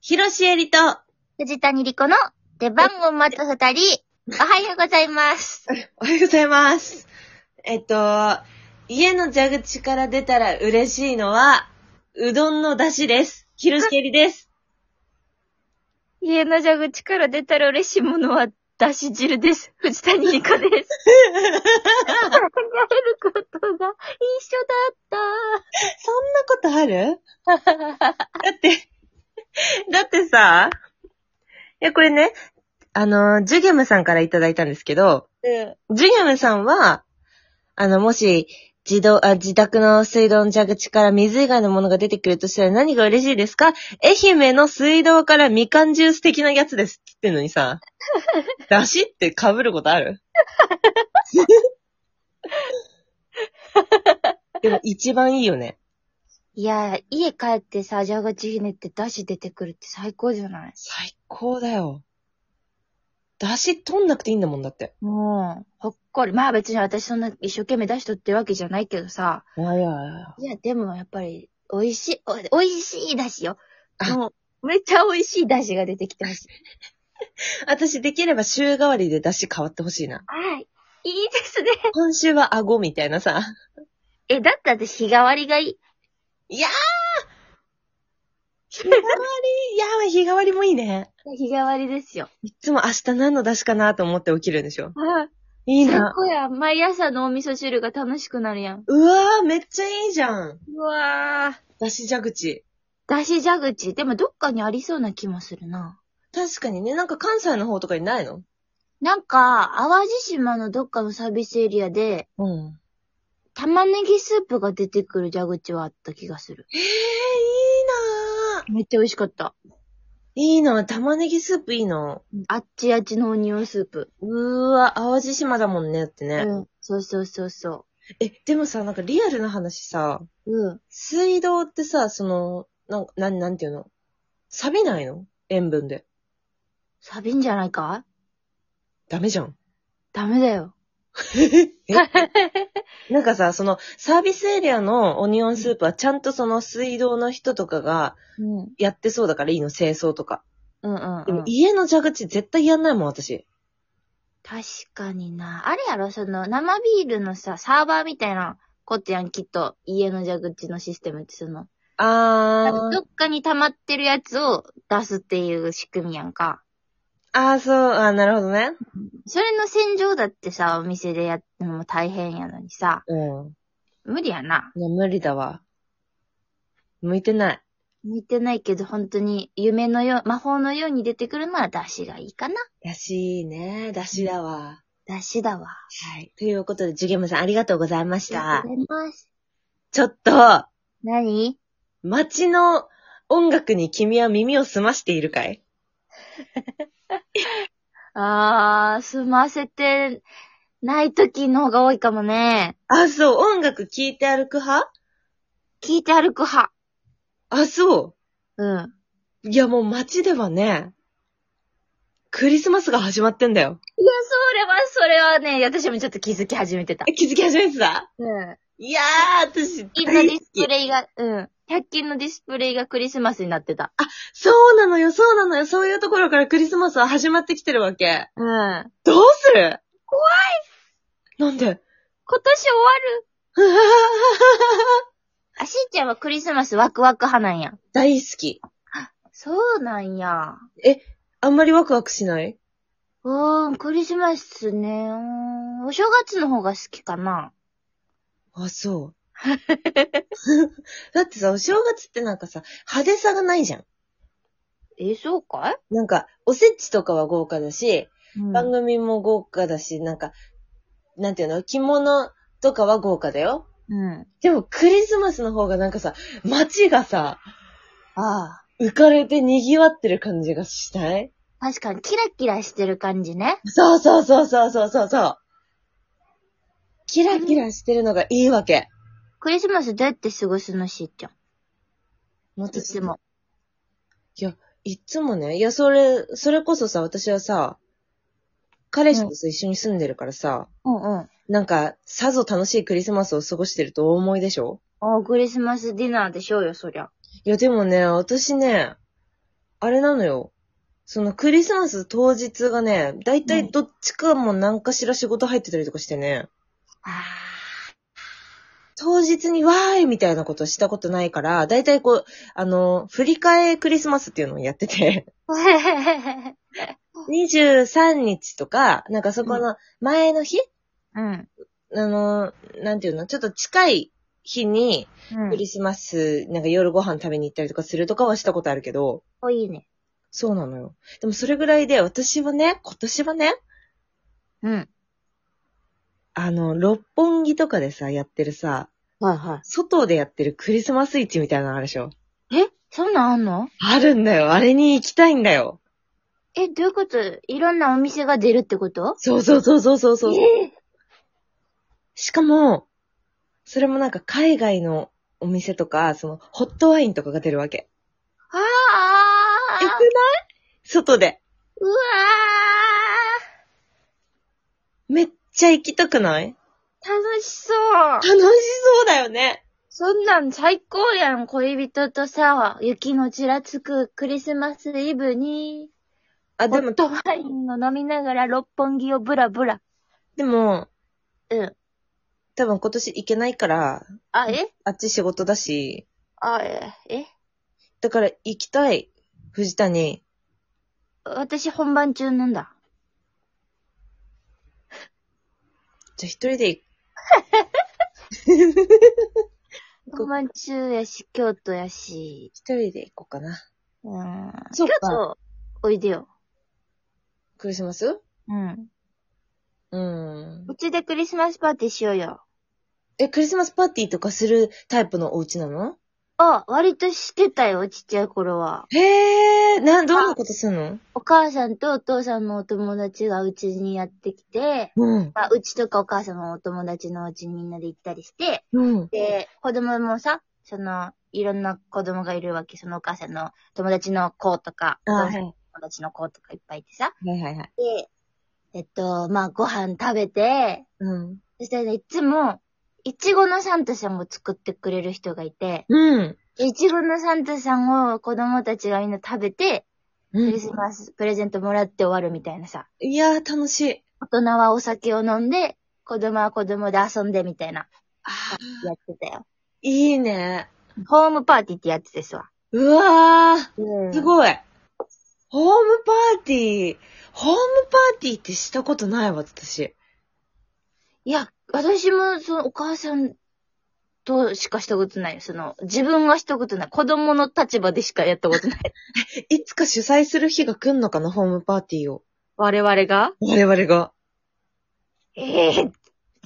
ひろしえりと、藤谷莉子の出番を待つ二人、おはようございます。おはようございます。えっと、家の蛇口から出たら嬉しいのは、うどんの出汁です。ひろしえりです。家の蛇口から出たら嬉しいものは、だし汁です。藤谷莉子です。考えることが一緒だっ そんなことあるた。だって、 だってさ、いや、これね、あの、ジュゲムさんからいただいたんですけど、うん。ジュゲムさんは、あの、もし、自動、あ、自宅の水道の蛇口から水以外のものが出てくるとしたら何が嬉しいですか愛媛の水道からみかんジュース的なやつですって言ってんのに さ、だしって被ることあるでも一番いいよね。いや、家帰ってさ、蛇口ひねってだし出てくるって最高じゃない最高だよ。だし取んなくていいんだもんだって。もう、ほっこり。まあ別に私そんな一生懸命出しとってるわけじゃないけどさ。いやいやいや。いや、でもやっぱり、美味しい、お美味しいだしよ。あもう、めっちゃ美味しいだしが出てきてほしい。私できれば週替わりでだし変わってほしいな。はい。いいですね。今週は顎みたいなさ。え、だって私日替わりがいい。いやー日替わり、いやー日替わりもいいね。日替わりです よ。いつも明日何の出しかなと思って起きるんでしょいい最な。高や。毎朝のお味噌汁が楽しくなるやん。うわーめっちゃいいじゃん。うわぁ。出し蛇口。だし蛇口。でもどっかにありそうな気もするな。確かにね、なんか関西の方とかにないのなんか、淡路島のどっかのサービスエリアで、うん。玉ねぎスープが出てくる蛇口はあった気がする。えー、いいなーめっちゃ美味しかった。いいな玉ねぎスープいいなあっちあっちのオニオンスープ。うーわ、淡路島だもんねってうね。ん。そうそうそうそえ、でもさ、なんかリアルな話さ、う。うん。水道ってさ、その、なん、なん、なんていうの錆びないの塩分で。サビんじゃないかダメじゃん。ダメだよ。なんかさ、その、サービスエリアのオニオンスープはちゃんとその水道の人とかがうん。やってそうだからいいの、清掃とか。うんうん、でうもん。家の蛇口絶対やんないもん、私。確かにな。あれやろ、その、生ビールのさ、サーバーみたいなことやん、きっと。家の蛇口のシステムって、その、なんかあどーっ、かに溜まってるやつを出すっていう仕組みやんか。あー、そう、あーなるほどね。それの洗浄だってさ、お店でやっても大変やのにさ、うん。無理やな。いや、無理だわ。向いてない。向いてないけど、本当に、夢のよう、魔法のように出てくるのは出汁がいいかな。だしね、だしだわ。出汁だわ。はい。ということで、ジュゲムさんありがとうございましあたり。がとうございます。ちょっと、何街の音楽に君は耳を澄ましているかいあー、済ませてない時の方が多いかもね。あ、そう、音楽聴いて歩く派聞いて歩く派。あ、そうん。う。いや、もう街ではね、クリスマスが始まってんだよ。いや、それは、それはね、私もちょっと気づき始めてた。え気づき始めてたうん。いやー、私、 100均の大ディ好スプき。レイが、うん。100均のディスプレイがクリスマスになってた。そうなのよ、そうなのよ、そういうところからクリスマスは始まってきてるわけ。うん。今どうする怖いなんで 年終わるあ、しーちゃんはクリスマスワクワク派なんや。大好き。そうなんや。あんまりワクワクしないうーん、クリスマスね。うーんお正月の方が好きかな。あ、 そう。 だってさ、お正月ってなんかさ、派手さがないじゃん。え、そうかなんか、おせちとかは豪華だし、い、うん、番組も豪華だし、なんか、なんていうの着物とかは豪華だよ。うん。でもクリスマスの方がなんかさ、街がさ、ああ。浮かれて賑わってる感じがしない確かに、キラキラしてる感じね。そうそうそうそうそうそうそう。キラキラしてるのがいいわけ。クリスマスどうやって過ごすの、しーちゃん。もっといつも。いつもね、いや、それ、それこそさ、私はさ、彼氏とさ、一緒に住んでるからさ、うんうん。なんか、さぞ楽しいクリスマスを過ごしてるとお思いでしょああ、クリスマスディナーでしょうよ、そりゃ。いや、でもね、私ね、あれなのよ。そのクリスマス当日がね、だいたいどっちかも何かしら仕事入ってたりとかしてね、あ当日にわーいみたいなことしたことないから、だいたいこう、あの、振り替えクリスマスっていうのをやってて、あ。 23日とか、なんかそこの前の日、うん。あの、なんていうの、ちょっと近い日に、クリスマス、なんか夜ご飯食べに行ったりとかするとかはしたことあるけど、おいいね。そうなのよ。でもそれぐらいで、私はね、今年はね、うん。あの、六本木とかでさ、やってるさ、はいは外でやってるクリスマス市みたいなのあるでしょい。えそんなんあんのあるんだよ。あれに行きたいんだよ。え、どういうこといろんなお店が出るってことそうそうそうそうそうそう。えしかも、それもなんか海外のお店とか、その、ホットワインとかが出るわけ。あえあくない外で。うわめっちゃ行きたくないー楽しそう楽しそうだよね。そんなん最高やん、恋人とさ、雪のちらつくクリスマスイブに、あ、ホでもッ、トワインを飲みながら六本木をブラブラ。でも、うん。多分今年行けないから、あ、えあっち仕事だし、あ、え、えだから行きたい。藤谷。私本番中なんだ。じゃあ一人で行く。本番中やし、京都やし。一人で行こうかな。うーん。そっか京都、おいでよ。クリスマスうん。うんう。ちでクリスマスパーティーしようよ。え、クリスマスパーティーとかするタイプのお家なのあ、割としてたよ、ちっちゃい頃は。へえ、な、どんなことすんのお母さんとお父さんのお友達がうちにやってきて、うん。まあ、うちとかお母さんのお友達のうちにみんなで行ったりして、うん。で、子供もさ、その、いろんな子供がいるわけ。そのお母さんの友達の子とか、あ、おは父さんのい。友達の子とかいっぱいいてさ。はいはいはい。で、えっと、まあ、ご飯食べて、うん。そしたらねいつも、いちごのサンタさんを作ってくれる人がいて、うん。でいちごのサンタさんを子供たちがみんな食べて、うクんリスマスプレゼントもらって終わるみたいなさ。いやー、楽しい。大人はお酒を飲んで、子供は子供で遊んでみたいな、あやってたよ。いいね。ホームパーティーってやつですわ。うわー。うんすごい。ホームパーティー、ホームパーティーってしたことないわ、私。いや、私もそのお母さんとしかしたことないよ。その、自分がしたことない。子供の立場でしかやったことない。いつか主催する日が来んのかな、ホームパーティーを。 我々が我々が。 ええ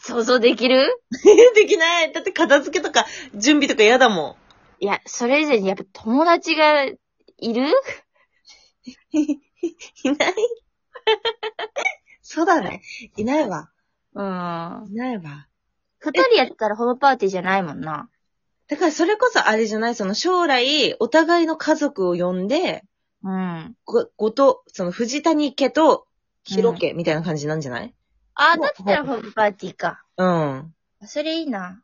想像できるできない。だって片付けとか、準備とか嫌だもいや、それ以前にやっぱ友達がいるん。いない そうだね。いないわ。うん。いないわ。二人やったらホームパーティーじゃないもんな。だからそれこそあれじゃない、その将来、お互いの家族を呼んで、うん。ご、ごと、その藤谷家と、広家みたいな感じなんじゃないあ、だったらホームパーティーか。うんそれいいな。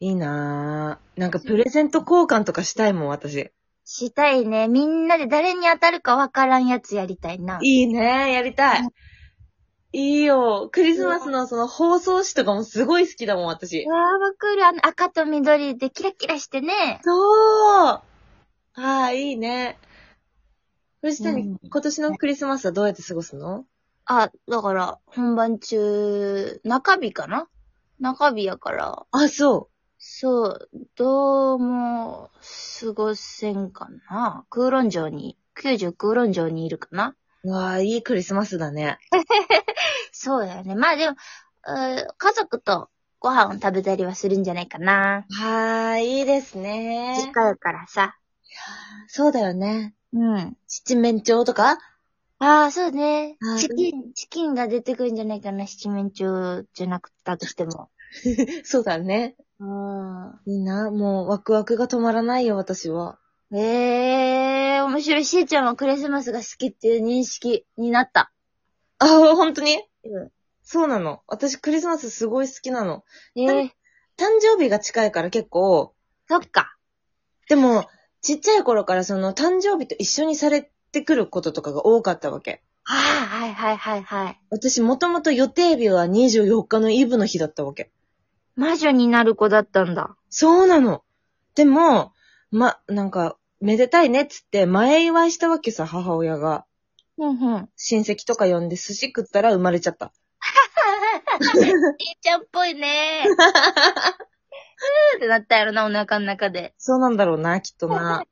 いいなぁ。なんかプレゼント交換とかしたいもん、私。したいね。みんなで誰に当たるかわからんやつやりたいな。いいねやりたい。いいよ。クリスマスのその包装紙とかもすごい好きだもん、私う。わー、わかる。あの、赤と緑でキラキラしてね。そうああ、いいね。藤谷、うん今年のクリスマスはどうやって過ごすのあ、だから、本番中、中日かな中日やから、あ、そそう、どうも、過ごせんかな。空論城に、90空論城にいるかな。う。わあ、いいクリスマスだね。そうやね。まあでも、うー家族とご飯を食べたりはするんじゃないかな。はあ、いいですね実。家やからさ。そうだよね。うん。七面鳥とかああ、そうねあ。ーチキン、チキンが出てくるんじゃないかな。七面鳥じゃなくたとしても。そうだね。うん。いいな。もうワクワクが止まらないよ、私は。ええー、面白い。しーちゃんはクリスマスが好きっていう認識になった。あ、本当にうん。そうなの。私クリスマスすごい好きなの。ええー、誕生日が近いから結構、そっか。でも、ちっちゃい頃からその誕生日と一緒にされてくることとかが多かったわけ。はいはいはいはいはい。私もともと予定日は24日のイブの日だったわけ。魔女になる子だったんだ。そうなの。でも、ま、なんか、めでたいねっつって前祝いしたわけさ、母親が。うん うん。親戚とか呼んで寿司食ったら生まれちゃった。いいちゃんっぽいね。ふーってなったやろな、お腹の中で。そうなんだろうな、きっとな。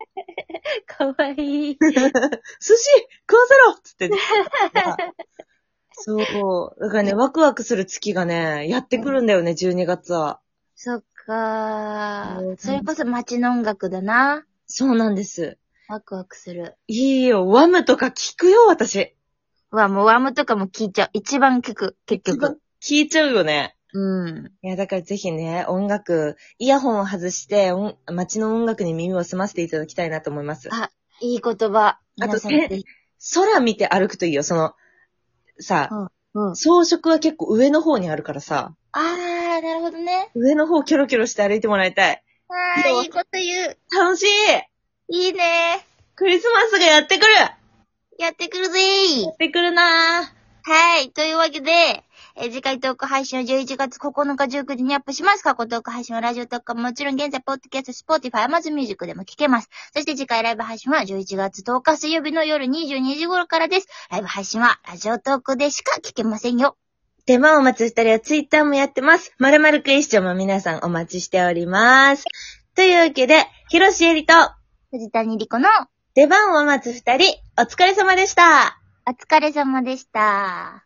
かわいい。寿司食わせろっつ ってね。そう。だからね、ワクワクする月がね、やってくるんだよね、12月は。そっかうんー。それこそ街の音楽だな。そうなんです。ワクワクする。いいよ、ワムとか聞くよ、私。わ、もうワームとかも聞いちゃう。一番聞く、結一番局。聞いちゃうよね。うん。いや、だからぜひね、音楽、イヤホンを外して、音街の音楽に耳を澄ませていただきたいなと思います。あいい言葉。あと皆さんぜひ空見て歩くといいよ、その、さ、うん。あ装飾は結構上の方にあるからさ、ー、なるほどね。上の方キョロキョロして歩いてもらいたい。あそうー、いいこと言う。楽しいいいねクリスマスがやってくるややってくるぜーってくるなーはい。というわけで、えー次回トーク配信を11月9日19時にアップします。過去トーク配信はラジオトークはもちろん現在、ポッドキャスト、スポーティファイ、アマズミュージックでも聞けます。そして次回ライブ配信は11月10日水曜日の夜22時頃からです。ライブ配信はラジオトークでしか聞けませんよ。出番を待つ二人はツイッターもやってます。まるまるクエスチョンも皆さんお待ちしております。というわけで、ひろしえりと、藤谷莉子の出番を待つ二人、お疲れ様でした。お疲れ様でした。